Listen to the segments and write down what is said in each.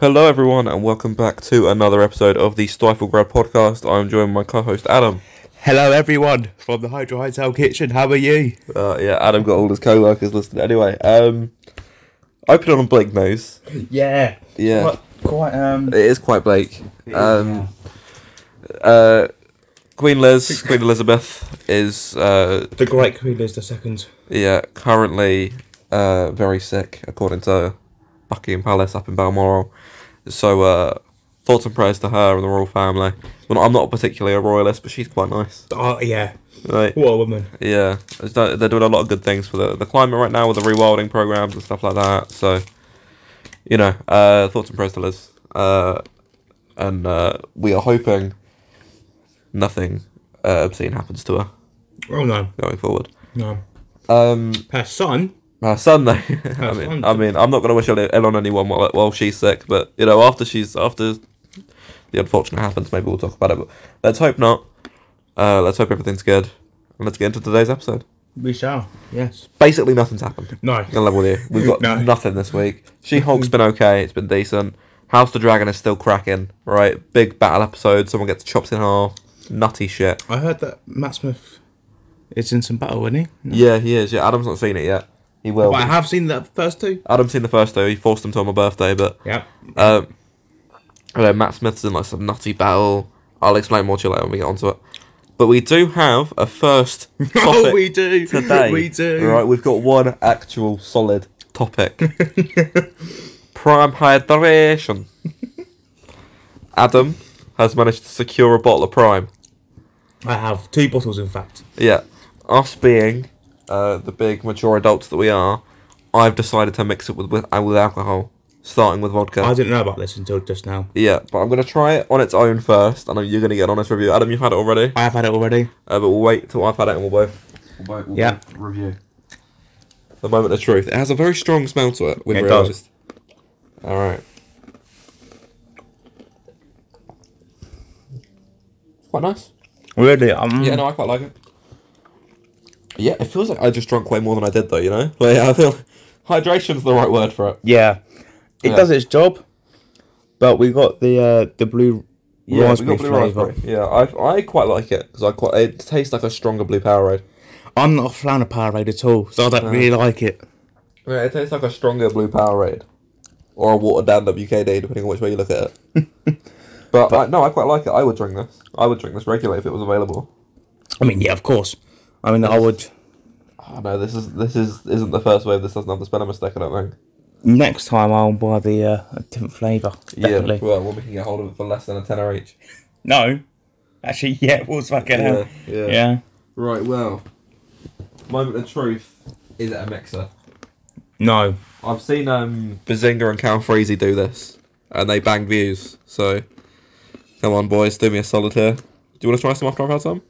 Hello, everyone, and welcome back to another episode of the Stiflegrad podcast. I'm joined by my co-host Adam. Hello, everyone from the Hydro Hotel kitchen. How are you? Uh, yeah, Adam got all his co-workers listed. Anyway, um, I put on a Blake nose. Yeah. Yeah, Quite, quite um. it is quite Blake. Um, uh, Queen Liz, Queen Elizabeth is uh, The Great Queen Elizabeth second. yeah currently uh, very sick, according to Buckingham Palace up in Balmoral. So uh, thoughts and prayers to her and the royal family. Well, I'm not particularly a royalist, but she's quite nice. Oh yeah. Right. What a woman. Yeah, it's do- they're doing a lot of good things for the, the climate right now with the rewilding programs and stuff like that. So, you know, uh, thoughts and prayers to Liz. Uh, and uh, we are hoping nothing uh, obscene happens to her Oh no, going forward. no. Um, Her son. her son, though. I Her mean, son. I mean, I'm not going to wish ill ill on anyone while while she's sick, but you know, after she's after the unfortunate happens, maybe we'll talk about it. But let's hope not. Uh, let's hope everything's good, and let's get into today's episode. We shall. Yes. Basically, nothing's happened. No. I'm gonna level with you. We've got No. nothing this week. She Hulk's been okay. It's been decent. House the Dragon is still cracking. Right, big battle episode. Someone gets chopped in half. Nutty shit. I heard that Matt Smith is in some battle, isn't he? Yeah, he is. Yeah, Adam's not seen it yet. He will. But I have seen the first two. Adam's seen the first though. He forced him to on my birthday, but Yeah. um, I know Matt Smith's in like some nutty battle. I'll explain more to you later when we get onto it. But we do have a first topic Oh, we do. today. We do. Right, we've got one actual solid topic. Prime hydration. Adam has managed to secure a bottle of Prime. I have two bottles, in fact. Yeah. Us being uh, the big mature adults that we are, I've decided to mix it with with, uh, with alcohol, starting with vodka. I didn't know about this until just now. yeah, but I'm gonna try it on its own first, and you're gonna get an honest review. Adam, you've had it already, I have had it already. uh, but we'll wait till I've had it, and we'll both. We'll both we'll Yeah. both Review. The moment of truth. It has a very strong smell to it. We've It does. realised. All right. Quite nice. Really? Um, Yeah, no, I quite like it. Yeah, it feels like I just drank way more than I did, though. You know, like I feel hydration's the right word for it. Yeah, it Yeah. does its job, but we got the uh, the blue Yeah, we raspberry got blue flavour. raspberry. Yeah, I I quite like it because I quite it tastes like a stronger blue Powerade. I'm not a fan of Powerade at all, so I don't really like it. Yeah, it tastes like a stronger blue Powerade, or a watered down WKD, depending on which way you look at it. but I, no, I quite like it. I would drink this. I would drink this regularly if it was available. I mean, yeah, of course. I mean, I would Oh, no, this is this is isn't the first wave. This doesn't have the spelling mistake. I don't think. next time I'll buy the uh, a different flavour. Definitely. Yeah, well, well, we can get hold of it for less than a tenner each. No, actually, yeah, it was fucking hell. yeah. Yeah. Right, well, moment of truth is it a mixer? No. I've seen um Bazinga and Cal Freezy do this, and they bang views. So, come on, boys, do me a solid here. Do you want to try some after I've had some?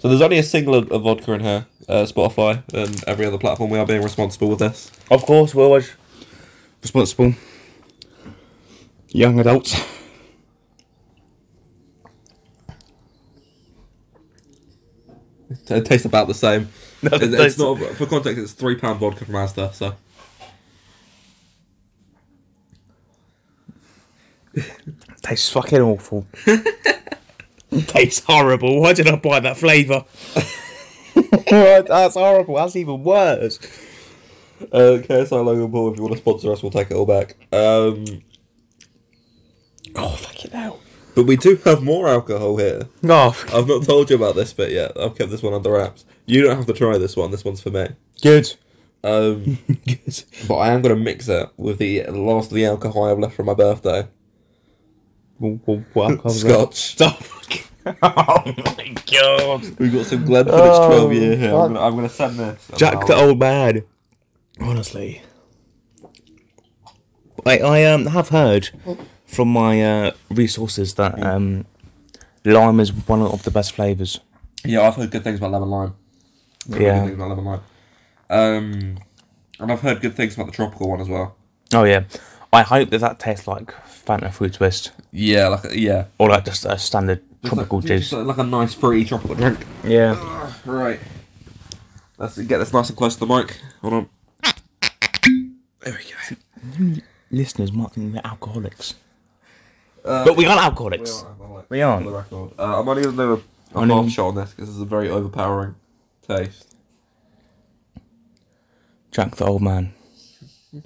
So there's only a single of, of vodka in here. Uh, Spotify and every other platform, we are being responsible with this. Of course, we're always responsible. Young adults. It tastes about the same. No, It- it it's tastes- not for context. It's three pound vodka from Asda. So Tastes fucking awful. Tastes horrible. Why did I buy that flavour? That's horrible. That's even worse. uh, KSI Logan Paul, if you want to sponsor us, we'll take it all back. Um, Oh fucking hell. but we do have more alcohol here. No, I've not told you about this bit yet. I've kept this one under wraps. You don't have to try this one. This one's for me. good. Um, good. but I am going to mix it with the last of the alcohol I have left from my birthday. Scotch. Stop. oh my god. We've got some Glenfiddich Oh, 12 year here. I'm gonna- I'm going to send this. and Jack the I'll- old man. Honestly, I I um have heard from my uh, resources that um lime is one of the best flavors. Yeah, I've heard good things about lemon lime. I've heard Good Yeah. things about lemon lime. Um, and I've heard good things about the tropical one as well. Oh yeah. I hope that that tastes like Fanta fruit twist Yeah, like yeah. or like just a standard tropical Just like, juice. just like a nice fruity tropical drink. Yeah. Right. Let's get this nice and close to the mic. Hold on. There we go. listeners might think we're alcoholics. but we aren't Uh, We alcoholics. aren't. alcoholics, We aren't. for the record. Uh, I'm only going to do a, a Only- half shot on this because it's a very overpowering taste. Jack the old man. I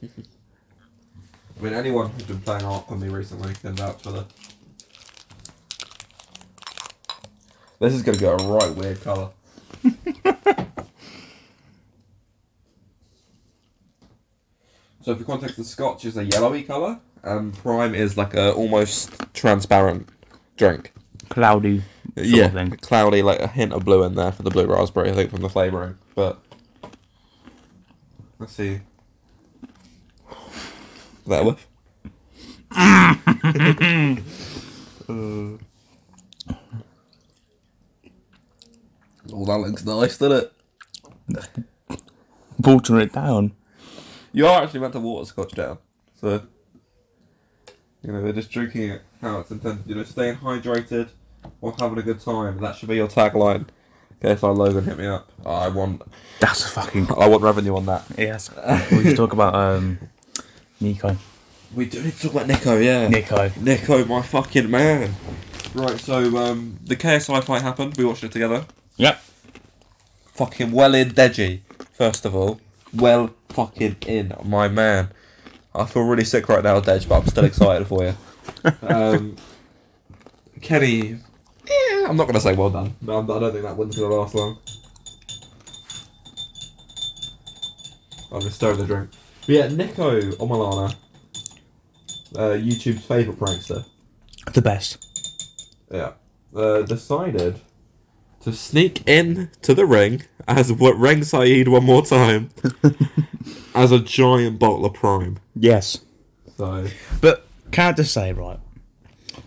mean, anyone who's been playing art on me recently can vouch for this. This is going to go a right weird colour. so, for context, the scotch is a yellowy colour, and prime is like a almost transparent drink. Cloudy. Sort yeah, Of thing. cloudy, like a hint of blue in there for the blue raspberry, I think, from the flavouring. But let's see. That whiff. Uh, Oh, that looks nice, doesn't it? Watering it down. You are actually meant to water scotch down, so you know they're just drinking it how it's intended. You know, staying hydrated or having a good time. That should be your tagline. KSI Logan, hit me up. I want, That's a fucking. I want revenue on that. Yes. we should talk about um, Nico. We do need to talk about Nico, yeah. Nico. Nico, my fucking man. Right, so um, the KSI fight happened. We watched it together. Yep. Fucking well in Deji, first of all. Well fucking in, my man. I feel really sick right now, Dej, but I'm still excited for you. Um, Kenny, eh, I'm not going to say well done. No, I don't think that win's going to last long. I'm just stirring the drink. But yeah, Nico Omalana, uh, YouTube's favourite prankster The best. yeah, uh, decided to sneak in to the ring as what Reng Saeed one more time as a giant bottle of prime. Yes. So But can I just say, right?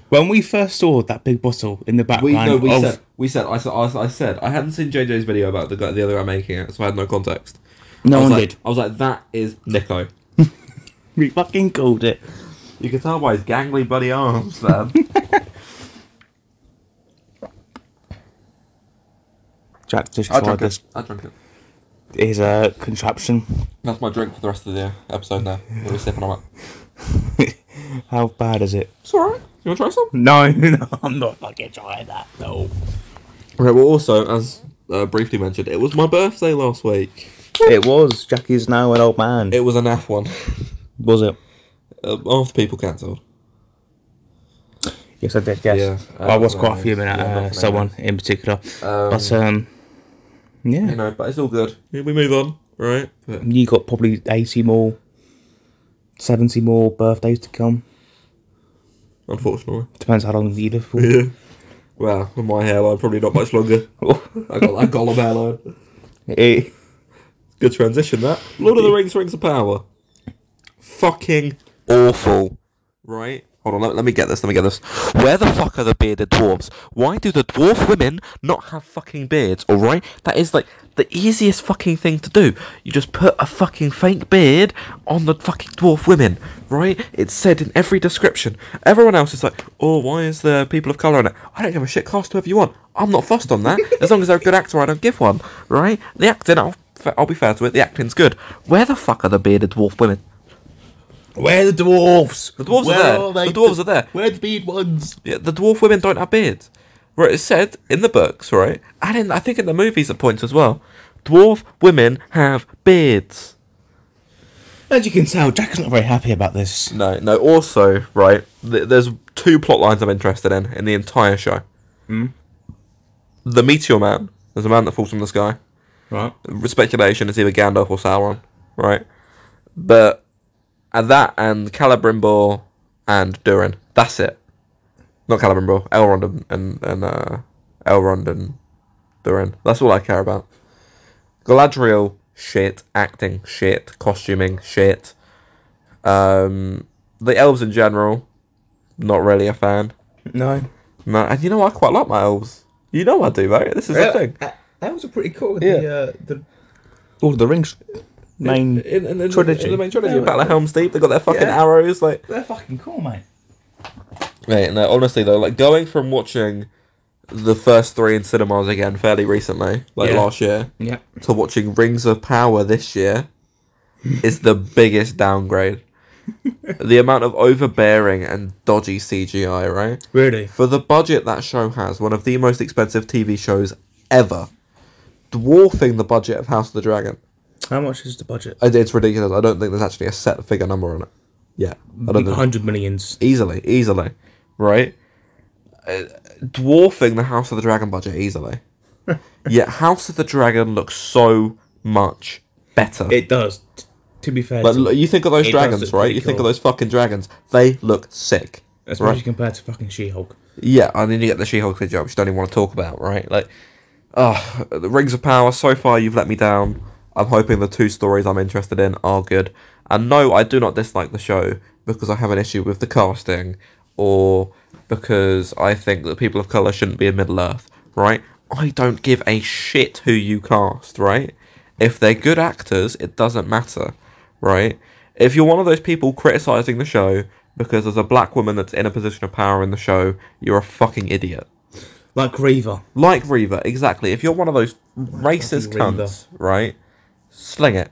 When we first saw that big bottle in the we background no, we of said we said I said I, said- I said I hadn't seen JJ's video about the guy, the other guy making it, so I had no context. I no was one like, did, I was like, that is Nico. we fucking called it. You can tell by his gangly bloody arms, man. Jack just I tried drank this. it. I drank it. His uh, contraption. That's my drink for the rest of the episode now. We're sipping on it. How bad is it? It's alright. You want to try some? No, no, I'm not fucking trying that. No. Right, well, also, as uh, briefly mentioned, it was my birthday last week. It was. Jackie's now an old man. It was an F one. was it? Uh, half the people cancelled. Yes, I did. Yes, Yeah, I was uh, quite fuming at yeah, uh, definitely. someone in particular. Um, but um, yeah, You know, but it's all good. We move on, right? But you got probably eighty more, seventy more birthdays to come. unfortunately, Depends how long you live for. yeah. Well, with my hairline probably not much longer. I got that gollum hairline. Eh, Good transition. That Lord of the Rings, Rings of Power. Fucking awful. Right. Hold on, let, let me get this, let me get this. Where the fuck are the bearded dwarves? Why do the dwarf women not have fucking beards, alright? That is like the easiest fucking thing to do. You just put a fucking fake beard on the fucking dwarf women, right? It's said in every description. Everyone else is like, oh, why is there people of colour in it? I don't give a shit, cast whoever you want. I'm not fussed on that. as long as they're a good actor, I don't give one, right? The acting, I'll, I'll be fair to it, the acting's good. Where the fuck are the bearded dwarf women? Where are the dwarves? The dwarves Where are there. the dwarves are there. Where the bead ones? Yeah, the dwarf women don't have beards. Right, it's said in the books, right? And in, I think in the movies at points as well. Dwarf women have beards. As you can tell, Jack's not very happy about this. No, no, also, right, th- there's two plot lines I'm interested in in the entire show. The Meteor Man. There's a man that falls from the sky. Right. Speculation is either Gandalf or Sauron, right? But uh, that and Celebrimbor and Durin. That's it. Not Celebrimbor, Elrond and, and, and uh, Elrond and Durin. That's all I care about. Galadriel, shit. Acting, shit. Costuming, shit. Um, the elves in general, not really a fan. No. No, and you know what? I quite like my elves. You know I do, right? This is the thing. Uh, That was a pretty cool. Yeah. The, uh, the Lord of the Rings main. in, in, in, Trilogy. in the main trilogy, Yeah, Battle of Helm's Deep, they got their fucking Yeah. arrows. Like, they're fucking cool, mate. Mate, no, honestly though, like going from watching the first three in cinemas again fairly recently, like Yeah. last year, Yeah. to watching Rings of Power this year is the biggest downgrade. the amount of overbearing and dodgy CGI, right? Really? For the budget that show has, one of the most expensive TV shows ever, dwarfing the budget of House of the Dragon. How much is the budget? It- It's ridiculous. I don't think there's actually a set figure number on it. Yeah, I don't think Hundred millions. easily, easily, right? Uh, dwarfing the House of the Dragon budget easily. Yet House of the Dragon looks so much better. It does. T- to be fair, Like, to- look, you think of those It does dragons, look right? pretty You think of cool. those fucking dragons. They look sick. especially right? compared to fucking She-Hulk. Yeah, and then you get the She-Hulk video, which you don't even want to talk about, right? Like, oh, the Rings of Power. So far, you've let me down. I'm hoping the two stories I'm interested in are good. And no, I do not dislike the show because I have an issue with the casting, or because I think that people of color shouldn't be in Middle Earth, right? I don't give a shit who you cast, right? If they're good actors, it doesn't matter, right? If you're one of those people criticizing the show because there's a black woman that's in a position of power in the show, you're a fucking idiot. Like Reaver. Like Reaver, exactly. If you're one of those racist fucking Reaver. cunts, right? Sling it.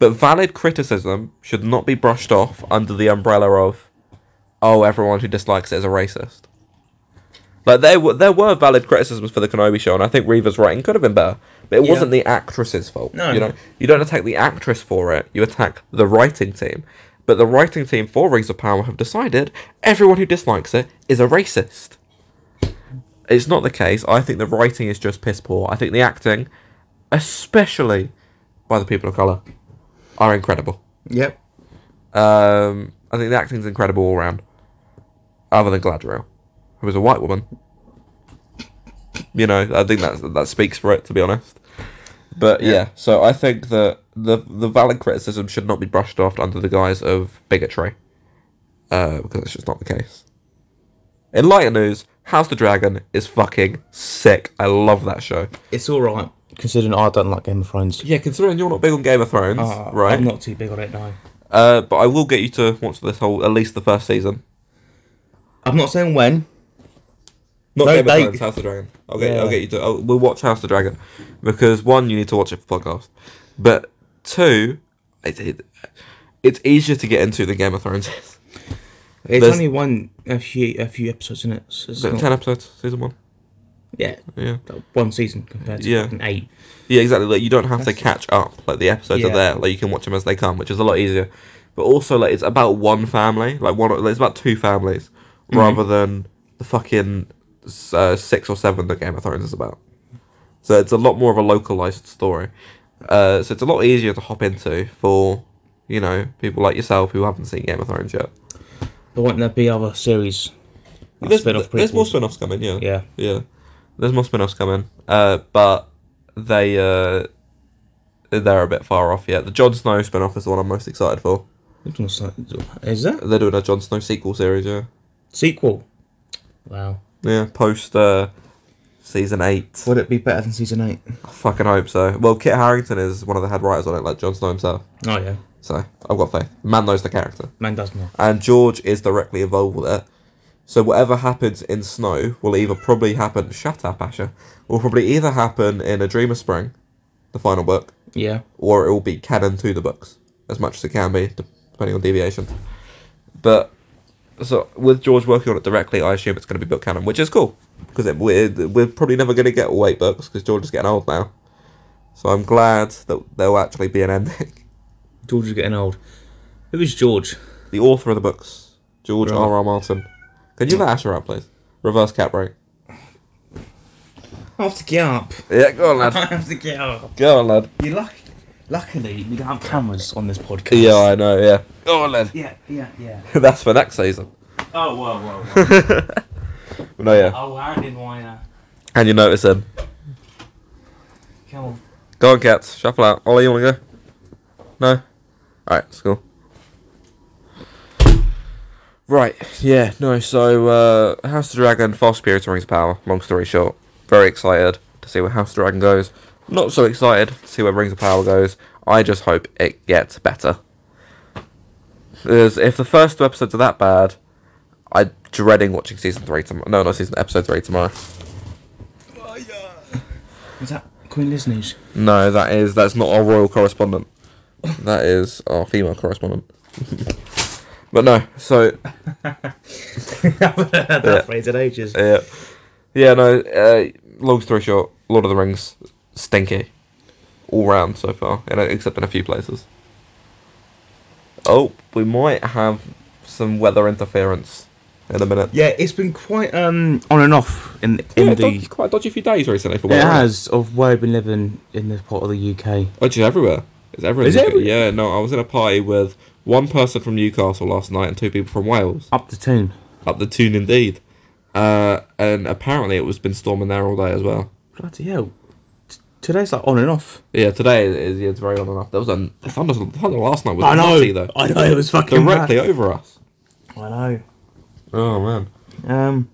But valid criticism should not be brushed off under the umbrella of, oh, everyone who dislikes it is a racist. Like there were there were valid criticisms for the Kenobi show, and I think Reaver's writing could have been better, but it Yeah. wasn't the actress's fault. No. you know, you don't attack the actress for it; you attack the writing team. But the writing team for Rings of Power have decided everyone who dislikes it is a racist it's not the case. I think the writing is just piss poor. I think the acting, especially by the people of color, are incredible. Yep. Um, I think the acting's incredible all round. Other than Gladriel, who is a white woman. You know, I think that that speaks for it. To be honest, but yeah. so I think that the the valid criticism should not be brushed off under the guise of bigotry, uh, because it's just not the case. In lighter news, House the Dragon is fucking sick. I love that show. It's all right. Considering I don't like Game of Thrones. Yeah, considering you're not big on Game of Thrones, Uh, right? I'm not too big on it now. Uh, but I will get you to watch this whole, at least the first season. I'm not saying when. No, Not Game of they- Thrones, House of the Dragon. I'll get, I'll Yeah. get you to. I'll, we'll watch House of the Dragon because one, you need to watch it for podcast, but two, it, it, it's easier to get into than Game of Thrones. is. It's There's- only one a few a few episodes in it. So it's Is it not- Ten episodes, season one. yeah, Yeah, one season compared to Yeah. fucking eight. yeah, exactly. Like you don't have to catch up. Like the episodes are Yeah. there. Like you can watch them as they come, which is a lot easier. But also, like it's about one family. Like one, like, it's about two families Mm-hmm. rather than the fucking uh, six or seven that Game of Thrones is about. So it's a lot more of a localized story. Uh, so it's a lot easier to hop into for you know people like yourself who haven't seen Game of Thrones yet. But won't there be other series? Like There's, spin-off there's more prequels? spin-offs coming. Yeah. Yeah. Yeah. There's more spin-offs coming. Uh, but they uh, they're a bit far off yet. The Jon Snow spin-off is the one I'm most excited for. Which one's that? Is that They're doing a Jon Snow sequel series, yeah. sequel? Wow. Yeah, post uh, season 8. Would it be better than season eight? I fucking hope so. Well, Kit Harrington is one of the head writers on it, like Jon Snow himself. Oh yeah, So, I've got faith. Man knows the character. man does not. And George is directly involved with it. So whatever happens in Snow will either probably happen... Shut up, Asher. Will probably either happen in A Dream of Spring, the final book, Yeah. or it will be canon to the books as much as it can be, depending on deviation. But so with George working on it directly, I assume it's going to be book canon, which is cool because it, we're we're probably never going to get all eight books because George is getting old now. So I'm glad that there'll actually be an ending. George is getting old. Who is George? The author of the books, George Right. R. R. Martin. Can you let Asher out, please? Reverse cat break. I have to get up. Yeah, go on, I lad. have to get up. Go on, lad. You luck. Luckily, we don't have cameras on this podcast. Yeah, I know. Yeah. Go on, lad. Yeah, yeah, yeah. That's for next season. Oh, whoa, whoa, whoa. No, yeah. oh, I didn't want to. And you notice him. Come on. Go on, cats. Shuffle out. Ollie, you want to go? No? Alright, let's go. Right, yeah, no, so uh, House of the Dragon, False Spirit, Rings of Power, long story short. Very excited to see where House of the Dragon goes. Not so excited to see where Rings of Power goes. I just hope it gets better. Because if the first two episodes are that bad, I'm dreading watching season three tomorrow. No, not season episode three tomorrow. Is that Queen Liz news? No, that is that's not our royal correspondent. That is our female correspondent. But no, so haven't heard that Yeah. phrase in ages. yeah, yeah. No. Uh, long story short, Lord of the Rings stinky all round so far, and except in a few places. Oh, we might have some weather interference in a minute. Yeah, it's been quite um on and off in in Yeah, the. dodgy, quite a dodgy few days recently for It weather. has of where I've been living in this part of the UK. Oh, just everywhere. It's everywhere. Is it everywhere? Yeah, no, I was in a party with one person from Newcastle last night and two people from Wales. Up to tune. Up the tune indeed. Uh, and apparently it was been storming there all day as well. Bloody hell. T- today's like on and off. Yeah, today it is yeah, it's very on and off. There was a the thunder, the thunder last night was nutty though. I know. It was fucking Directly over us. bad. I Oh man. know. Um,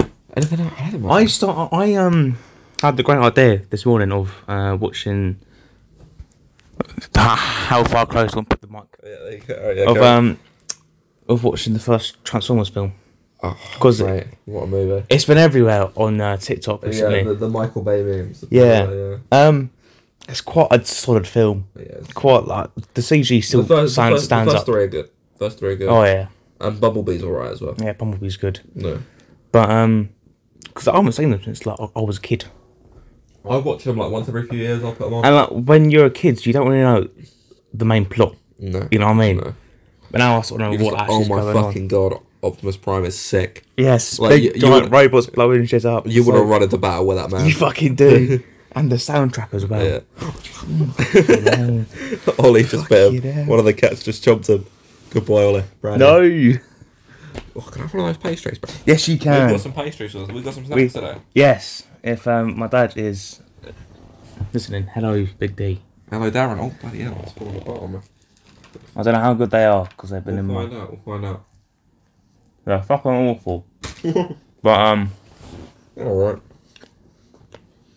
I don't know. I don't know. I start. I um had the great idea this morning of uh watching. How far close one put the mic yeah, there you go. Alright, yeah, of go. um of watching the first Transformers film. Oh, Because Right, what a movie. it's been everywhere on uh, TikTok recently. Yeah, the, the Michael Bay memes. Yeah. yeah. Um, it's quite a solid film. yeah. it's- Quite like the CG still The first, the stand, first, the stands first up. three are good. First three are good. Oh yeah, And Bumblebee's alright as well. yeah. Bumblebee's good, No. but um, because I haven't seen them since like I I was a kid. I watch them like once every few years. I'll put them on. And like when you're a kid, you don't really know the main plot. no, You know what I mean? no. But now I sort of know You're just what like, actually oh is my going fucking on. god, Optimus Prime is sick. Yes, Like, big you- you giant would- robots blowing shit up. You It's want to like, run into battle with that man? You fucking do. and the soundtrack as well. yeah. Ollie just bit him. Fucking hell. One of the cats just chomped him. Goodbye, Ollie. Brand No. new. Oh, can I have one of those pastries, bro? Yes, you can. We've got some pastries. We've got some snacks We- today. Yes, if um, my dad is listening, hello, Big D. Hello, Darren. Oh, bloody hell! It's falling apart on me. I don't know how good they are because they've been We'll in my. find out. We'll find out. They're fucking awful. but um, Yeah, all right.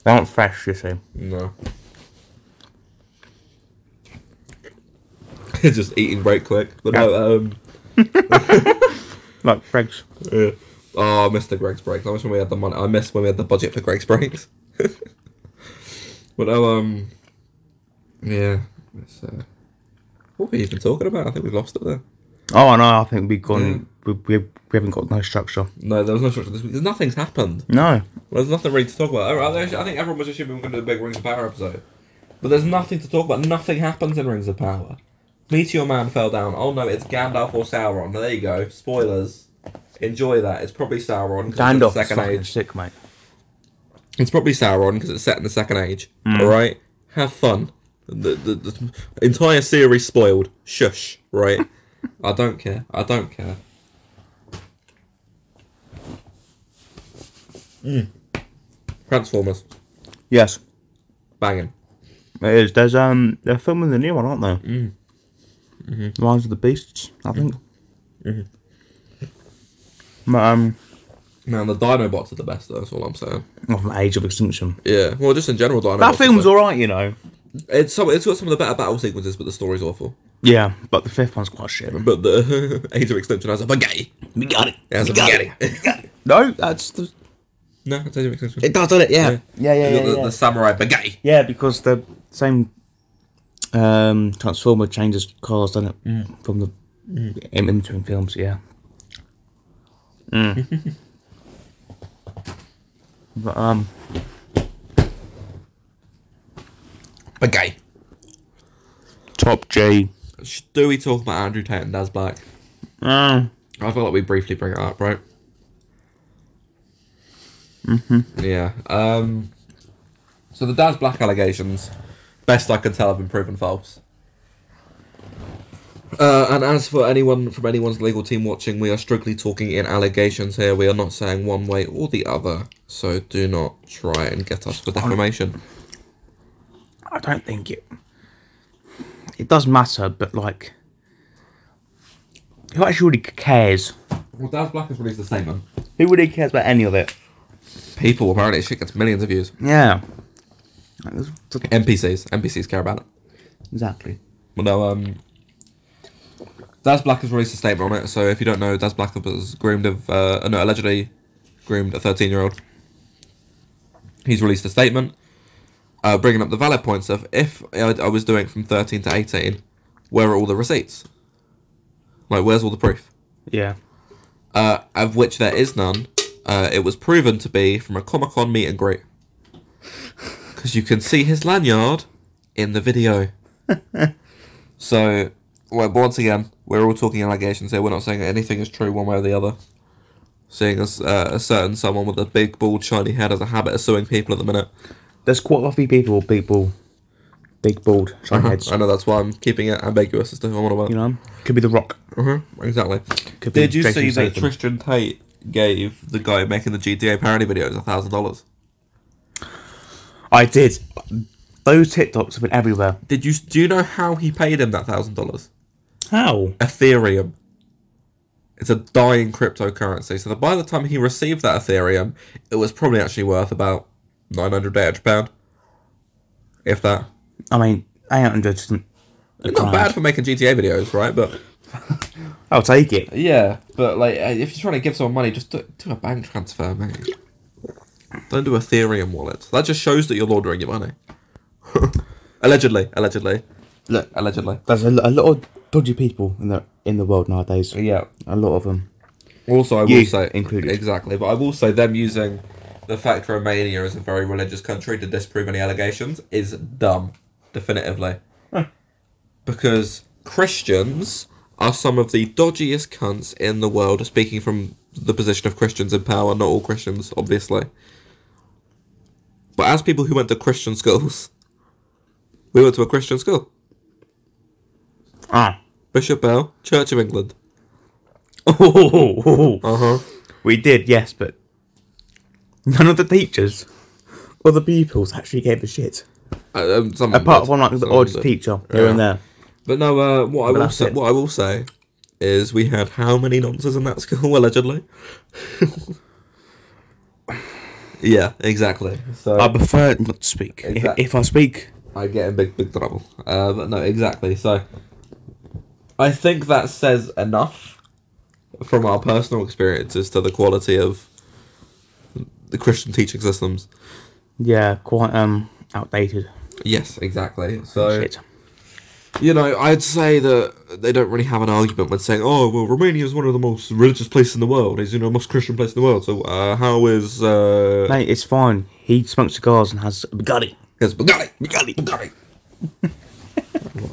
they aren't fresh, you see. No. just eating right quick. But no, um, Like Greg's. Yeah. Oh, I missed the Greg's breaks. I miss when we had the money. I missed when we had the budget for Greg's breaks. but oh, um, yeah. It's, uh, what were you even talking about? I think we lost it there. Oh no, I think we've gone. We, we we haven't got no structure. No, there was no structure this week. Nothing's happened. No. There's nothing really to talk about. I, I actually- I think everyone was assuming we were going to do a big Rings of Power episode, but there's nothing to talk about. Nothing happens in Rings of Power. Meteor Man fell down. Oh no, it's Gandalf or Sauron. There you go. Spoilers. Enjoy that. It's probably Sauron. 'cause it's the Gandalf Second Age. sick, mate. It's probably Sauron because it's set in the Second Age. Hmm. All right, have fun. The, the, the entire series spoiled. Shush. Right. I don't care. I don't care. Mm. Transformers Yes, banging. it is. There's um, they're filming the new one, aren't they? Mm. Rise of the Beasts, I think. Mm-hmm. But um, Man, the Dinobots are the best. Though, that's all I'm saying. not from Age of Extinction. Yeah. Well, just in general, Dinobots. That film's Are alright, you know. the- it's some. It's got some of the better battle sequences, but the story's awful. Yeah, but the fifth one's quite shit. But the Age of Extinction has a bagay. We got it. It has a bagay. No, that's the. no, it's Age of Extinction. does, doesn't it? Yeah. Yeah, yeah, You've yeah. got the, Yeah, the samurai bagay. Yeah, because the same um, Transformer changes cars, doesn't it? From the in in between films, yeah. Mm. but um, Bagay. Top G. Sh- Do we talk about Andrew Tate and Daz Black? Mm. I feel like we briefly bring it up, right? Mm-hmm. Yeah. Um. So the Daz Black allegations, best I can tell, have been proven false. Uh, and as for anyone from anyone's legal team watching, we are strictly talking in allegations here. We are not saying one way or the other. So do not try and get us for defamation. I don't think it. It does matter, but like, who actually really cares? Well, Daz Black has released a statement. Who really cares about any of it? People apparently shit gets millions of views. Yeah. Like, that's- NPCs. NPCs care about it. Exactly. Well, no, um, Daz Black has released a statement on it. So if you don't know, Daz Black was groomed of, uh, no, allegedly groomed a 13 year old. He's released a statement, uh, bringing up the valid points of if I, I was doing it from 13 to 18, where are all the receipts? Like, where's all the proof? Yeah. Uh, of which there is none. Uh, it was proven to be from a Comic Con meet and greet. Because you can see his lanyard in the video. so, well, once again, we're all talking allegations here. We're not saying that anything is true one way or the other. Seeing as uh, a certain someone with a big, bald, shiny head has a habit of suing people at the minute. There's quite a few people, big bald, big bald, shiny heads. I know that's why I'm keeping it ambiguous as to who I'm on about. You know, could be The Rock. Mhm, exactly. Could be Did you Jason see that Statham. Tristan Tate gave the guy making the GTA parody videos a thousand dollars? I did. Those TikToks have been everywhere. Did you do you know how he paid him that thousand dollars? How? Ethereum. It's a dying cryptocurrency. So that by the time he received that Ethereum, it was probably actually worth about nine hundred eighty pound, if that. I mean, 800 isn't a Not grand. bad for making GTA videos, right? But I'll take it. yeah, but like uh, if you're trying to give someone money, just do, do a bank transfer, mate. Don't do Ethereum wallet. That just shows that you're laundering your money. allegedly, allegedly, Look, allegedly. there's a, a lot of dodgy people in the in the world nowadays. Yeah. A lot of them. Also, I will You say included. exactly, but I will say them using the fact Romania is a very religious country to disprove any allegations is dumb, definitively, because Christians are some of the dodgiest cunts in the world. Speaking from the position of Christians in power, not all Christians, obviously, but as people who went to Christian schools, we went to a Christian school, Ah. Bishop Bell, Church of England. Uh Uh-huh. huh. We did, yes, but none of the teachers or the pupils actually gave a shit. Um, some Apart did, from like the some odd did. teacher here and Yeah. there. But no, uh, what I will that's say, it. what I will say, is we had how many nonsense in that school allegedly? yeah, exactly. So I prefer not to speak. If- Exact- If, I speak, I get in big big trouble. Uh, but no, exactly. So I think that says enough from our personal experiences to the quality of the Christian teaching systems. yeah, quite um outdated. Yes, exactly. So shit. you know, I'd say that they don't really have an argument when saying, "Oh, well, Romania is one of the most religious places in the world. It's you know the most Christian place in the world. So uh, how is uh, Mate, it's fine. He smokes cigars and has a Bugatti. it's Bugatti, Bugatti, Bugatti?"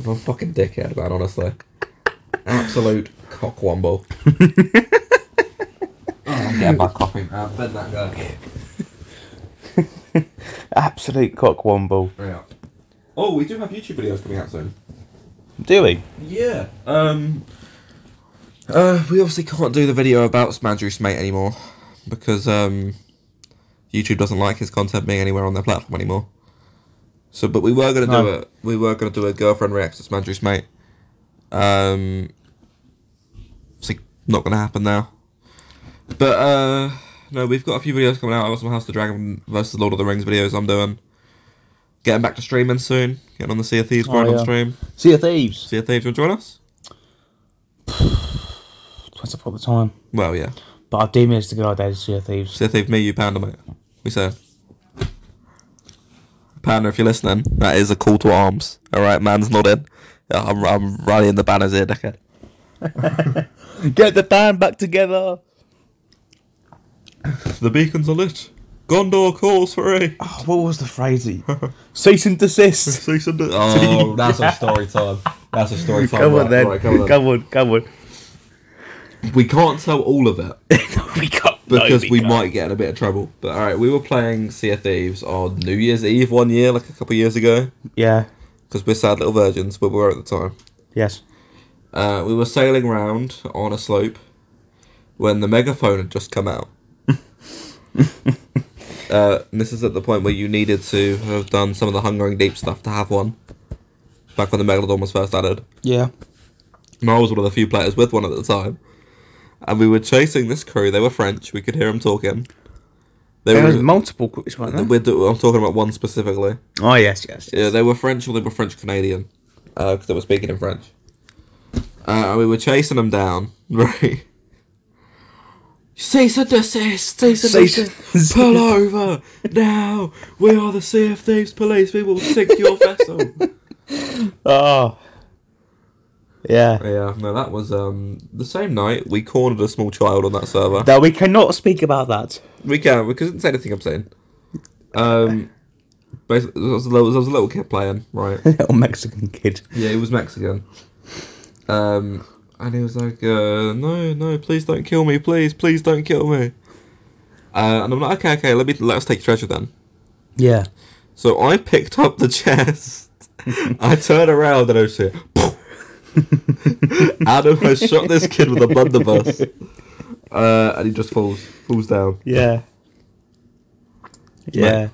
I'm a fucking dickhead, man. Honestly, absolute cockwomble. oh, I'm getting Oh, my coffee. man. bend that guy. Absolute cockwomble. Yeah. Oh, we do have YouTube videos coming out soon. Do we? Yeah. Um. Uh, we obviously can't do the video about Smadrew's mate anymore because um, YouTube doesn't like his content being anywhere on their platform anymore. So, but we were gonna do No. it. We were gonna do a girlfriend reacts to Smadrew's mate. Um. It's not gonna happen now. But uh, no, we've got a few videos coming out. I got some House of the Dragon versus Lord of the Rings videos I'm doing. Getting back to streaming soon. Getting on the Sea of Thieves grind Oh, yeah. on stream. Sea of Thieves. Sea of Thieves, you wanna join us? Twice upon the time. Well, yeah. But I do miss the good old days of Sea of Thieves. So if they've made you Pounder, mate. We said. Pounder, if you're listening, that is a call to arms. All right, man's not in. I'm, I'm rallying the banners here, dickhead. Get the band back together. The beacons are lit. Gondor calls for a Oh, what was the phrase? that- Cease and desist. cease and desist. Oh, that's a story time. That's a story time. Come Right, on then. right, come, on. come on, We can't tell all of it. we got because we might get in a bit of trouble. But all right, we were playing Sea of Thieves on New Year's Eve one year, like a couple years ago, Yeah. because we're sad little virgins, but we were at the time. Yes. Uh, we were sailing round on a slope when the megaphone had just come out. uh, and this is at the point where you needed to have done some of the Hungering Deep stuff to have one. Back when the Megalodon was first added. Yeah. And I was one of the few players with one at the time. And we were chasing this crew. They were French. We could hear them talking. They There was were. multiple groups, weren't there? We're, do- I'm talking about one specifically. Oh yes, yes. Yeah, they were French or they were French Canadian, because they were speaking in French. Uh, and we were chasing them down, right? Cease and desist! Cease and Cease desist! Pull over now! We are the Sea of Thieves police. We will sink your vessel. Oh. Yeah. Yeah, no, that was um, the same night we cornered a small child on that server. Now we cannot speak about that. We can we couldn't say anything obscene. Um, basically, there was, a little, there was a little kid playing, right? Little Mexican kid. Yeah, he was Mexican. Um, and he was like, uh, "No, no, please don't kill me, please, please don't kill me." Uh, and I'm like, "Okay, okay, let me let's take treasure then." Yeah. So I picked up the chest. I turned around and I was like, Adam has shot this kid with a blunderbuss, uh, and he just falls falls down. Yeah. Yeah.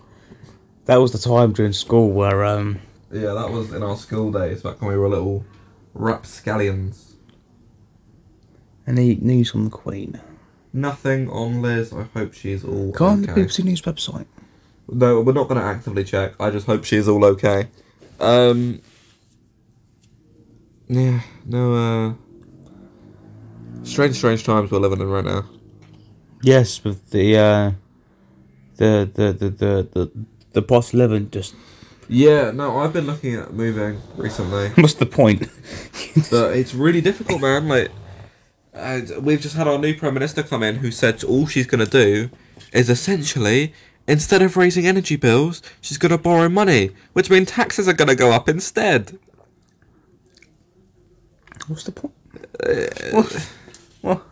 That was the time during school where um Yeah, that was in our school days back when we were little rapscallions. and he news on the Queen. Nothing on Liz. I hope she's all Go on the okay. BBC News website. No, we're not going to actively check. I just hope she's all okay. Um. Yeah. No. Uh. Strange, strange times we're living in right now. Yes, with the uh the the the the the, the boss living just Yeah. No, I've been looking at moving recently. what's the point? But it's really difficult, man. Like, and we've just had our new prime minister come in, who said all she's gonna do is essentially, instead of raising energy bills, she's gonna borrow money, which means taxes are gonna go up instead. What's the point? Uh, What? What?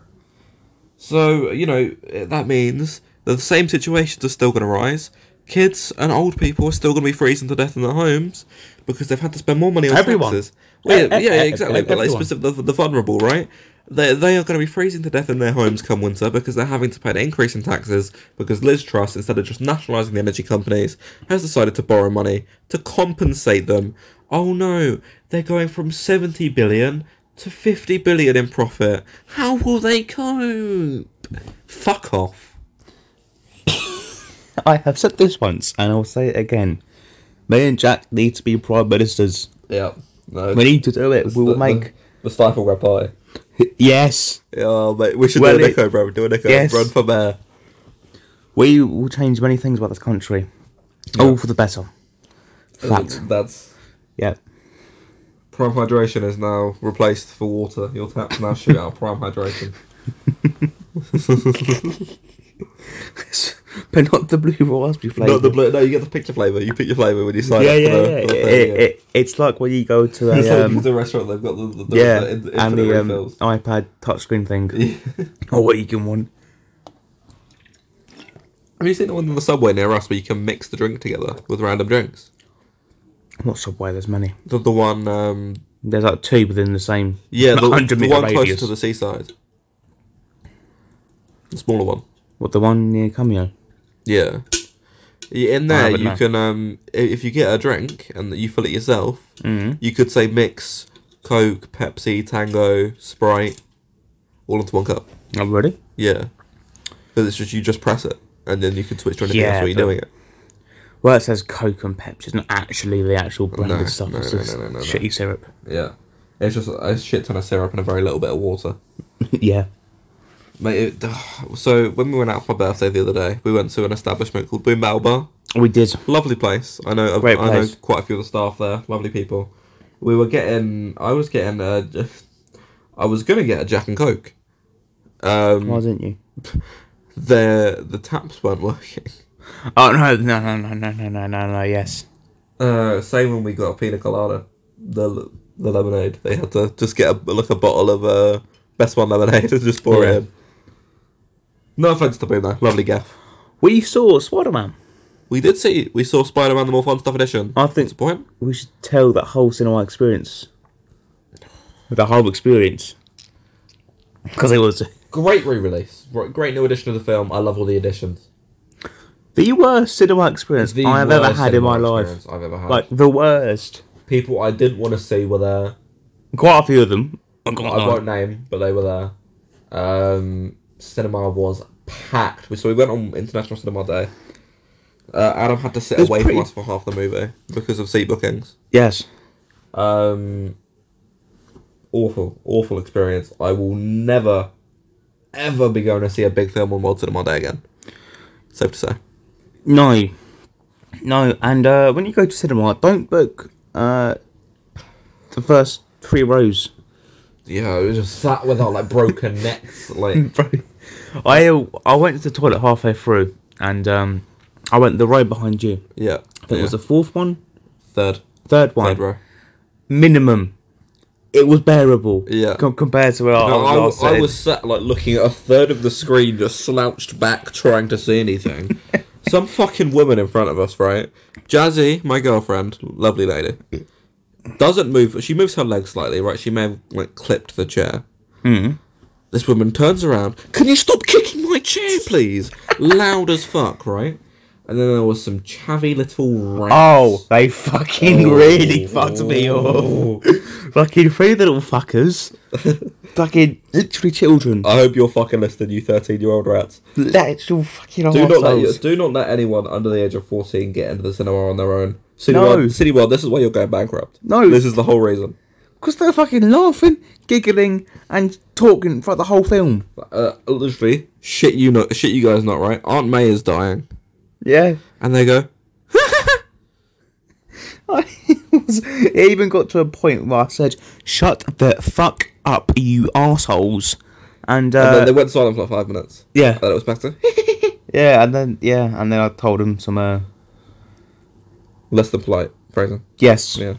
So you know eh, that means that the same situations are still gonna rise. Kids and old people are still gonna be freezing to death in their homes because they've had to spend more money on Everyone. taxes. Well, yeah, E- e- yeah, e- exactly. But like everyone. specifically the, the vulnerable, right? They, they are going to be freezing to death in their homes come winter because they're having to pay an increase in taxes because Liz Truss, instead of just nationalising the energy companies, has decided to borrow money to compensate them. Oh no, they're going from 70 billion to 50 billion in profit. How will they cope? Fuck off. I have said this once and I'll say it again. Me and Jack need to be prime ministers. Yeah. No. We need to do it. We will make the, stifle red pie. yes. Oh, mate, we should Well, do an it- echo, bro. Do an echo. Yes. Run for mayor. We will change many things about this country. All for the better. Fact. That's Yeah. Prime hydration is now replaced for water. Your taps now shoot out prime hydration. but not the blue raspberry flavour. Not the blue. No, you get the picture flavour. You pick your flavour when you sign yeah, up yeah, for the, yeah. for the It, thing, it, it, it's like when you go to It's a like um, the restaurant. They've got the, the, the, yeah, the in- infinite and the um, refills. iPad touchscreen thing, or what you can want. Have you seen the one on the subway near us where you can mix the drink together with random drinks? Not sure why there's many. The, the one, um, There's like two within the same. yeah, the, 100 the meter one radius. close to the seaside. The smaller one. What the one near Cameo? Yeah. Y- In there, haven't, you no. can um, i- if you get a drink and you fill it yourself, Mm-hmm. you could say mix Coke, Pepsi, Tango, Sprite, all into one cup. Oh, really? Yeah, because it's just you just press it and then you can switch to anything Yeah, else while you're but- doing it. Well, it says Coke and Pepsi. It's not actually the actual branded No, stuff. no, it's no, just no, no, no, no. shitty syrup. Yeah, it's just a shit ton of syrup and a very little bit of water. yeah. Mate, it, so when we went out for my birthday the other day, we went to an establishment called Boombao Bar. We did. Lovely place. I know. Great I know place. quite a few of the staff there. Lovely people. We were getting. I was getting. A, I was gonna get a Jack and Coke. Why Um, didn't you? the the taps weren't working. Oh no no no no no no no no no yes. Uh, same when we got a pina colada, the the lemonade. They had to just get a, like a bottle of uh, best one lemonade and just pour Yeah. it in. No offense to Boom though. Lovely gaff. We saw Spider Man. We did see. We saw Spider Man: The More Fun Stuff Edition. I think That's the point. we should tell that whole cinema experience. The whole experience. Because it was Great re-release. Right, Great new edition of the film. I love all the editions. the worst cinema experience The I have ever worst had in my cinema life. experience I've ever had. Like the worst. people I didn't want to see were there. Quite a few of them. I I won't name, but they were there. Um, cinema was packed. So we went on International Cinema Day. Uh, Adam had to sit was away pretty- from us for half the movie because of seat bookings. Yes. Um, awful, awful experience. I will never, ever be going to see a big film on World Cinema Day again. Safe to say. No. No, and uh, when you go to cinema, don't book uh, the first three rows. yeah, we just sat with our like broken necks, like Bro, I uh, I went to the toilet halfway through, and um, I went the row behind you. Yeah. I think it was yeah. the fourth one, third. third one, Third row. minimum. It was bearable. Yeah. com- compared to where I, No, I I, was. w- I last was sat like looking at a third of the screen, just slouched back, trying to see anything. Some fucking woman in front of us, right? Jazzy, my girlfriend, lovely lady, doesn't move. She moves her leg slightly, right? She may have like clipped the chair. Hmm. This woman turns around. Can you stop kicking my chair, please? Loud as fuck, right? And then there was some chavvy little rats. Oh, they Oh. fucking really fucked me off. fucking three little fuckers. fucking literally children. I hope you're fucking listening, you thirteen-year-old rats. Literal fucking Do not let arseholes. you, do not let anyone under the age of fourteen get into the cinema on their own. City No. World, City World, this is why you're going bankrupt. No. this is the whole reason. Because they're fucking laughing, giggling, and talking throughout the whole film. Uh, literally, shit you know, shit you guys not right. Aunt May is dying, Yeah. and they go, it, was- it even got to a point where I said, "Shut the fuck up, you assholes!" And, uh, and then they went silent for like five minutes. yeah, And then it was back to yeah, and then yeah, and then I told him some uh, less than polite phrasing. yes, Yeah,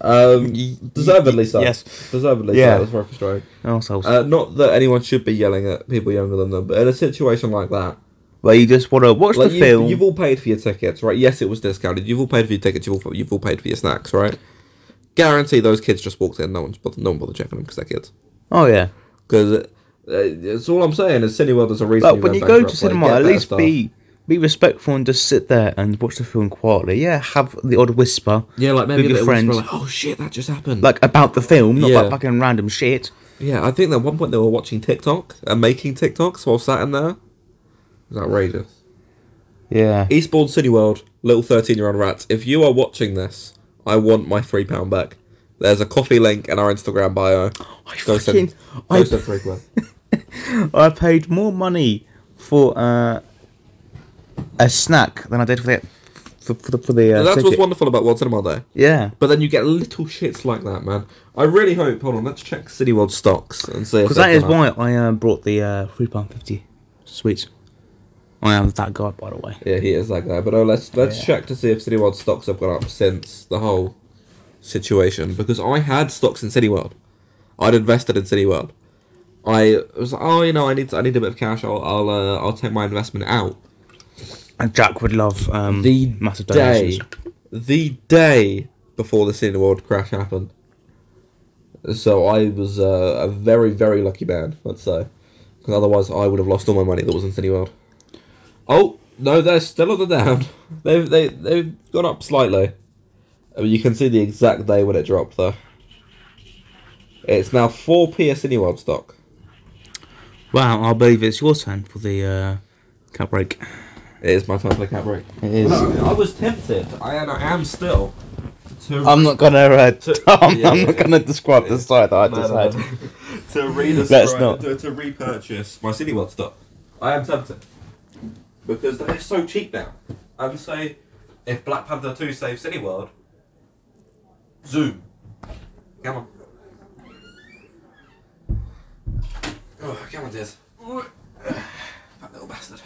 um, deservedly so. yes. deservedly Yeah. so. That's very frustrating. assholes. Uh, not that anyone should be yelling at people younger than them, but in a situation like that, Where you just want to watch like the you, film. you've all paid for your tickets, right? Yes, it was discounted. You've all paid for your tickets. You've all, you've all paid for your snacks, right? Guarantee those kids just walked in. No one's bothered. No one bothered checking them because they're kids. oh yeah, Because uh, it's all I'm saying is Cineworld is a reason. but when you went go to bankrupt, like, cinema, get at better least stuff. be be respectful and just sit there and watch the film quietly. Yeah, have the odd whisper. yeah, like maybe with your your friends. friends, Like, oh shit, that just happened. like about the film, not Yeah. like fucking random shit. yeah, I think at one point they were watching TikTok and making TikToks while sat in there. It was outrageous. Yeah, Eastbourne Cineworld, little thirteen-year-old rats. If you are watching this, I want my three pound back. There's a coffee link in our Instagram bio. I Go fucking- send, I- go send three quid. I paid more money for uh, a snack than I did for the for, for the, for the uh, And that's what's ticket. wonderful about World Cinema Day. yeah. But then you get little shits like that, man. I really hope. Hold on, let's check City World stocks and see. Because that is why I uh, brought the uh, three pound fifty sweets. I am that guy, by the way. Yeah, he is like that. But oh, let's let's Yeah. check to see if City World stocks have gone up since the whole situation. Because I had stocks in City World. I'd invested in City World. I was like, oh, you know, I need I need a bit of cash. I'll I'll uh, I'll take my investment out. And Jack would love um, the massive day, donations. the day before the Cineworld crash happened. So I was uh, a very, very lucky man, let's say, because otherwise I would have lost all my money that was in Cineworld. Oh no, they're still on the down. They've they they've gone up slightly. I mean, you can see the exact day when it dropped, though. It's now four p a Cineworld stock. Wow, I believe it's your turn for the uh, cup break. It is my time for the cat break. It is. I was tempted. I am, I am still. To I'm not gonna. Uh, To- I'm, yeah, I'm yeah, not gonna describe the site that I No, just no, no. had. to Let's redescribe, not. To, to repurchase my City World stuff. I am tempted because they're so cheap now. And say, if Black Panther Two saves City World, Zoom. Come on. Oh, come on, Diz. That little bastard.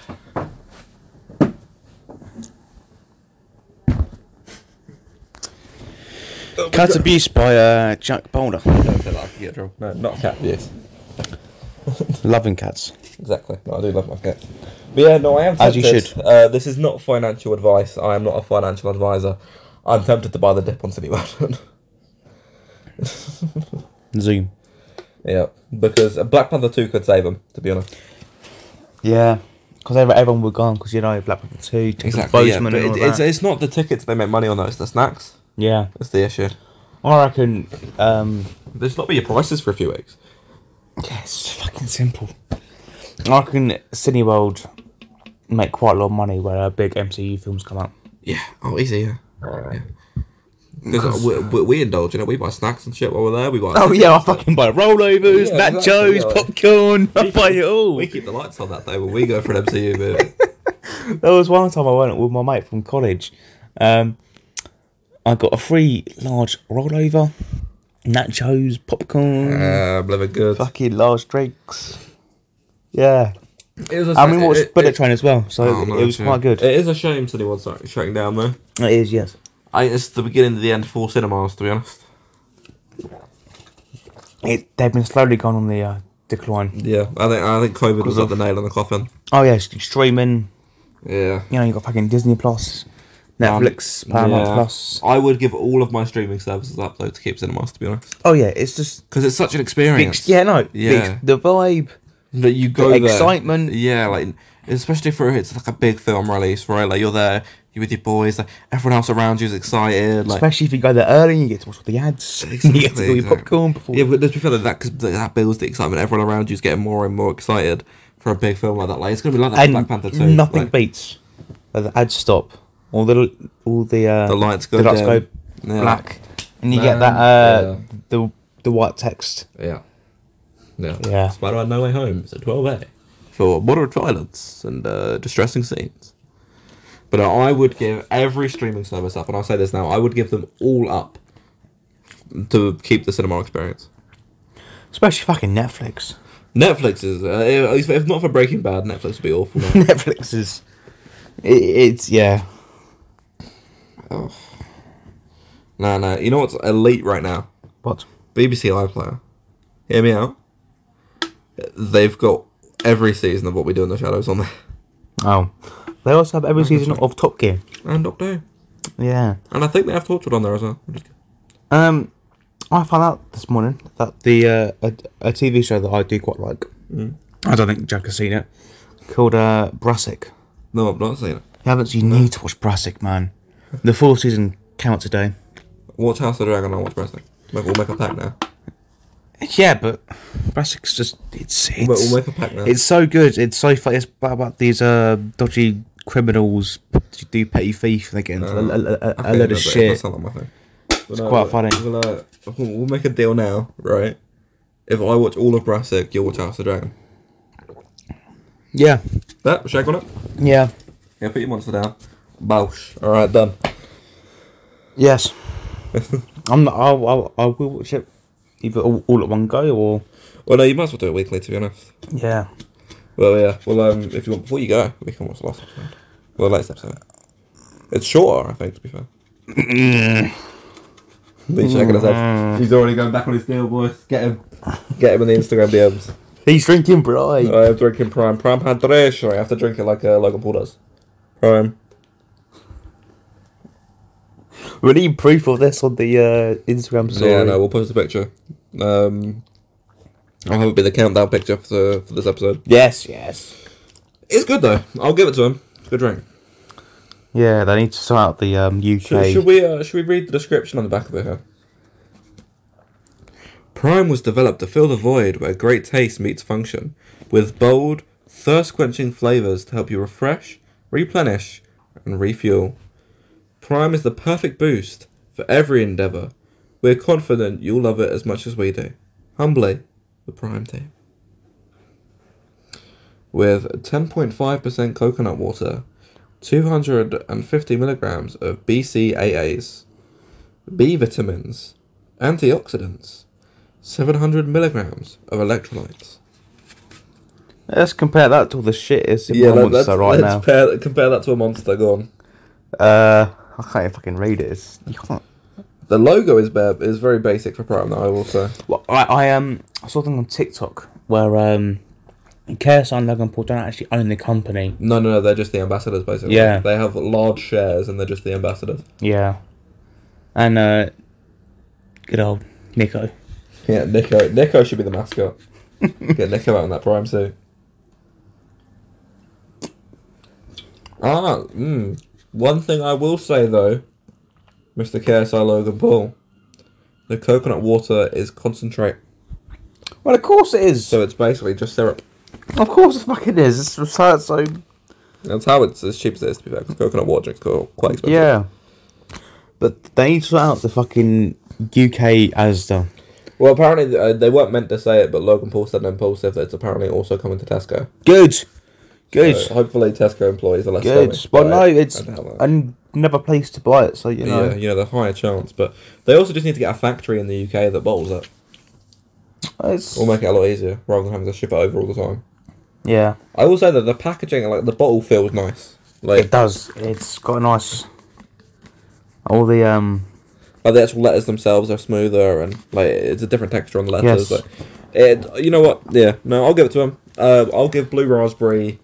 Cat abuse by uh, Jack Boulder. Don't feel like I can get drunk. No, not cat abuse. Loving cats. Exactly. No, I do love my cat. But yeah, no, I am As tempted. you should. Uh, this is not financial advice. I am not a financial advisor. I'm tempted to buy the dip on City World. Zoom. yeah, because uh, Black Panther 2 could save them, to be honest. Yeah, because everyone were gone. Because you know Black Panther Two, Bozeman, and all that. it's, it's not the tickets they make money on, though. It's the snacks. yeah, That's the issue. I reckon. Um, There's not be your prices for a few weeks. yeah, it's fucking simple. I reckon Cineworld make quite a lot of money where uh, big MCU films come out. Yeah. Oh, easy, yeah. yeah. 'Cause, uh, we, we, we indulge, you know. We buy snacks and shit while we're there. We buy. Oh yeah, I fucking buy rollovers, Yeah, nachos, exactly, yeah. popcorn. I buy it all. We keep the lights on that day when we go for an MCU movie. There was one time I went with my mate from college. Um, I got a free large rollover nachos, popcorn, Uh, I'm living good. fucking large drinks. Yeah, It was a and we watched it, Bullet it- Train as well, so Oh, it, no, it was too. quite good. It is a shame Sydney was like, shutting down though. it is, yes. I think it's the beginning of the end for cinemas, to be honest. It, they've been slowly going on the uh, decline. Yeah, I think I think COVID was like the nail in the coffin. Oh yeah, st- streaming. Yeah. You know, you got fucking Disney Plus, Netflix, Paramount Um, Yeah. Plus. I would give all of my streaming services up though to keep cinemas, to be honest, Oh yeah, it's just because it's such an big, experience. yeah, no, the Yeah. ex- the vibe. that you go The there. excitement. Yeah, like especially for it's like a big film release, right? Like you're there, you are with your boys, like everyone else around you is excited. Like Especially if you go there early, you get to watch all the ads. Exactly, you get to do your exactly. popcorn before. yeah, but let's be fair that that, 'cause that builds the excitement. Everyone around you is getting more and more excited for a big film like that. Like it's gonna be like that and for Black Panther too. nothing like, beats when the ads stop. All the all the uh, the lights go the lights down. go Yeah. black, and you get Man, that uh, yeah. the the white text. Yeah. Yeah. Yeah, Spider-Man: No Way Home is at 12A for moderate violence and uh, distressing scenes. But uh, I would give every streaming service up, and I say this now: I would give them all up to keep the cinema experience. especially fucking Netflix. Netflix is, uh, if if not for Breaking Bad, Netflix would be awful. man. Netflix is it, it's yeah. no, no, you know what's elite right now? What? BBC iPlayer. Hear me out. They've got every season of What We Do in the Shadows on there, Oh, they also have every season of Top Gear. and Doctor Who, Yeah. and I think they have Torchwood on there as well. Which is good. Um, I found out this morning that the uh, a, a TV show that I do quite like. I don't think Jack has seen it. Called uh, Brassic. You No, I've not seen it. haven't? You need to watch Brassic, man. The fourth season came out today. Watch House of the Dragon and watch wrestling. Like, we'll make a pack now. Yeah, but Brassic's just it's it's We'll, we'll make a pack now. it's so good. It's so funny. It's about, about these uh dodgy criminals who do petty thief and they get into a, a, a, Uh, I a think load of that's it. shit. That's not my thing. It's quite funny. We'll, uh, we'll we'll make a deal now, right? If I watch all of Brassic, you'll watch House of the Dragon. Yeah, That, shake on it. yeah, Yeah, put your monster down. Bouch. Alright, done. yes. I'm not. I'll, I'll, I will watch it either all, all at one go or Well, no, you might as well do it weekly, to be honest. yeah. Well, yeah. Well, um, if you want, before you go, we can watch the last episode. Well, the latest episode. It's shorter, I think, to be fair. He's shaking his head. He's already going back on his deal, boys. Get him. Get him in the Instagram DMs. He's drinking bride. I am drinking Prime. Prime Hydration. I have to drink it like uh, Logan Paul does. Prime. we need proof of this on the uh, Instagram story. Yeah, no, we'll post a picture. Um, I'll have it be the countdown picture for, the, for this episode. Yes, yes. It's good, though. I'll give it to him. It's a good drink. Yeah, they need to sort out the um, UK. Should, should we uh, should we read the description on the back of it here? Prime was developed to fill the void where great taste meets function, with bold, thirst-quenching flavors to help you refresh, replenish, and refuel. Prime is the perfect boost for every endeavor. We're confident you'll love it as much as we do. Humbly, the Prime team. With 10.5% coconut water, 250 milligrams of BCAAs, B vitamins, antioxidants, 700 milligrams of electrolytes. Let's compare that to all the shit is in yeah, monster right now. Compare, compare that to a monster. Go on. Uh, I can't even fucking read it. It's, you can't. The logo is bare, is very basic for Prime, though, I will say. Well, I, I um I saw something on TikTok where um KSI and Logan Paul don't actually own the company. No, no, no, they're just the ambassadors, basically. Yeah. They have large shares and they're just the ambassadors. Yeah. And uh good old Nico. Yeah, Nico. Nico should be the mascot. Get Nico out in that prime suit. Ah, mm. one thing I will say though, Mr. KSI Logan Paul, the coconut water is concentrate, Well of course it is. so it's basically just syrup. Of course it fucking is. It's just so, so That's how it's as cheap as it is to be fair. 'cause coconut water drinks are quite expensive. yeah. But they need to sort out the fucking UK Asda. Well, apparently uh, they weren't meant to say it, but Logan Paul said an impulsive that it's apparently also coming to Tesco. Good. Good. So hopefully Tesco employees are less. Good. damaged Well by no, it. it's I doubt that. and another place to buy it, so you know. Yeah, you know, the higher chance. But they also just need to get a factory in the UK that bottles it. It's, It'll make it a lot easier rather than having to ship it over all the time. yeah, I will say that the packaging, like the bottle, feels nice. it Like, does. It's got a nice. All the um, like the actual letters themselves are smoother and like it's a different texture on the letters. Yes. Like, it, you know what? Yeah, no, I'll give it to him. Uh, I'll give Blue Raspberry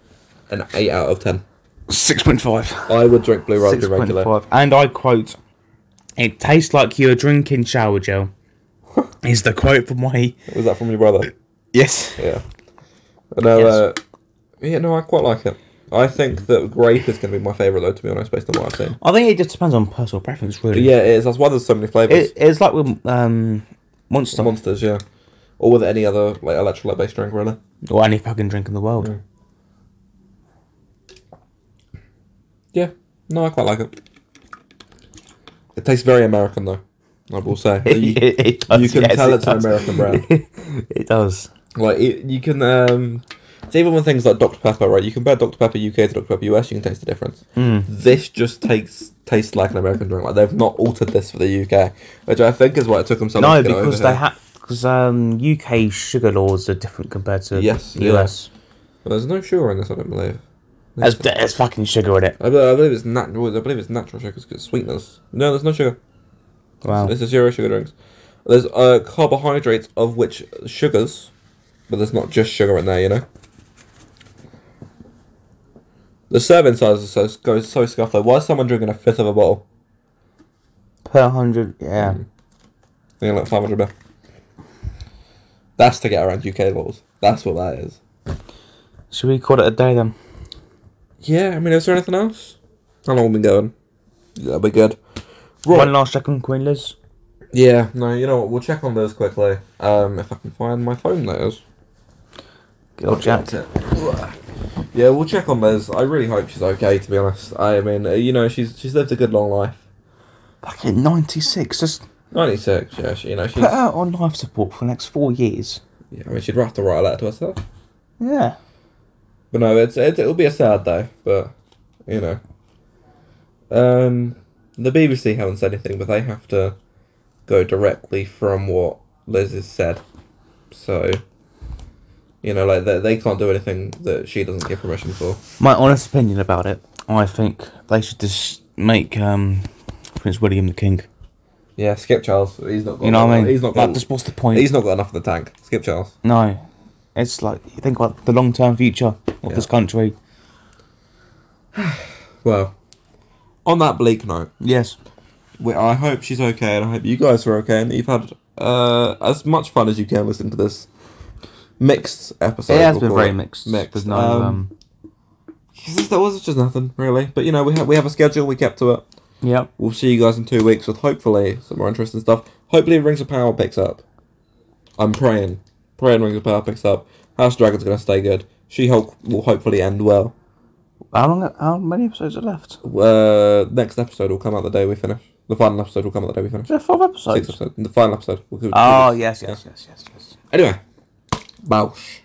an eight out of ten. six point five. I would drink Blue Raspberry Six point regular. five, and I quote: "It tastes like you're drinking shower gel." is the quote from my Was that from your brother? yes? Yeah. No, Yes. uh, yeah, no, I quite like it. I think that grape is going to be my favourite, though, to be honest, based on what I've seen. I think it just depends on personal preference, But really. yeah, it is. That's why there's so many flavours. It, it's like with um, Monster Monsters, yeah. Or with any other like electrolyte based drink, really. or any fucking drink in the world. Yeah. No, I quite like it. It tastes very American, though. I will say. You, it does, you can yes, tell it it's an does. American brand. it does. Like it, you can, um, it's even with things like Dr Pepper, right? You compare Dr Pepper UK to Dr Pepper US, you can taste the difference. Hmm. This just takes tastes like an American drink. Like they've not altered this for the UK, which I think is why it took them so long. No, to get it because over they here. have because um, UK sugar laws are different compared to Yes, yeah. US. Well, there's no sugar in this. I don't believe. There's, there's fucking sugar in it. I believe, I believe it's natural. I believe it's natural sugar because sweetness. No, there's no sugar. Wow. This is zero sugar drinks. There's uh, carbohydrates of which sugars, but there's not just sugar in there, you know. The serving size is so goes so scuffed. Like, why is someone drinking a fifth of a bottle? Per hundred, yeah. You know, like 500 ml. That's to get around UK laws. That's what that is. Should we call it a day then? Yeah, I mean, is there anything else? How long have we been going? That'll be good. Right. One last check on Queen Liz. Yeah, no, you know what? We'll check on those quickly. Um, if I can find my phone, that is. Good old Jack. That's it. Yeah, we'll check on Liz. I really hope she's okay. To be honest, I mean, uh, you know, she's she's lived a good long life. Fucking ninety six. Just Ninety six. Yeah, she, you know, she's. put her on life support for the next four years. Yeah, I mean, she'd have to write a letter to herself. Yeah. But no, it's it, it'll be a sad day. But you know, um, the BBC haven't said anything, but they have to go directly from what Liz has said. So, you know, like they they can't do anything that she doesn't give permission for. My honest opinion about it, I think they should just make um, Prince William the king. Yeah, skip Charles. He's not. Got You know what I mean? He's not. Got, Like, just what's the point? He's not got enough in the tank. Skip Charles. No, it's like you think about the long term future of this country. Well, on that bleak note, Yes. we, I hope she's okay, and I hope you guys are okay, and that you've had uh, as much fun as you can listening to this mixed episode. it has we'll been call very it. mixed. Mixed. There's no um, Because there was just nothing really, but you know we have we have a schedule. We kept to it. Yep. We'll see you guys in two weeks with hopefully some more interesting stuff. Hopefully, Rings of Power picks up. I'm praying. Praying Rings of Power picks up. House of Dragon's going to stay good. She Hulk will hopefully end well. How long? How many episodes are left? Uh, next episode will come out the day we finish. The final episode will come out the day we finish. There are five episodes. Ah. Sixth episode. The final episode. We'll- Oh yes, yes, yes, yes, yes. Anyway, Bausch.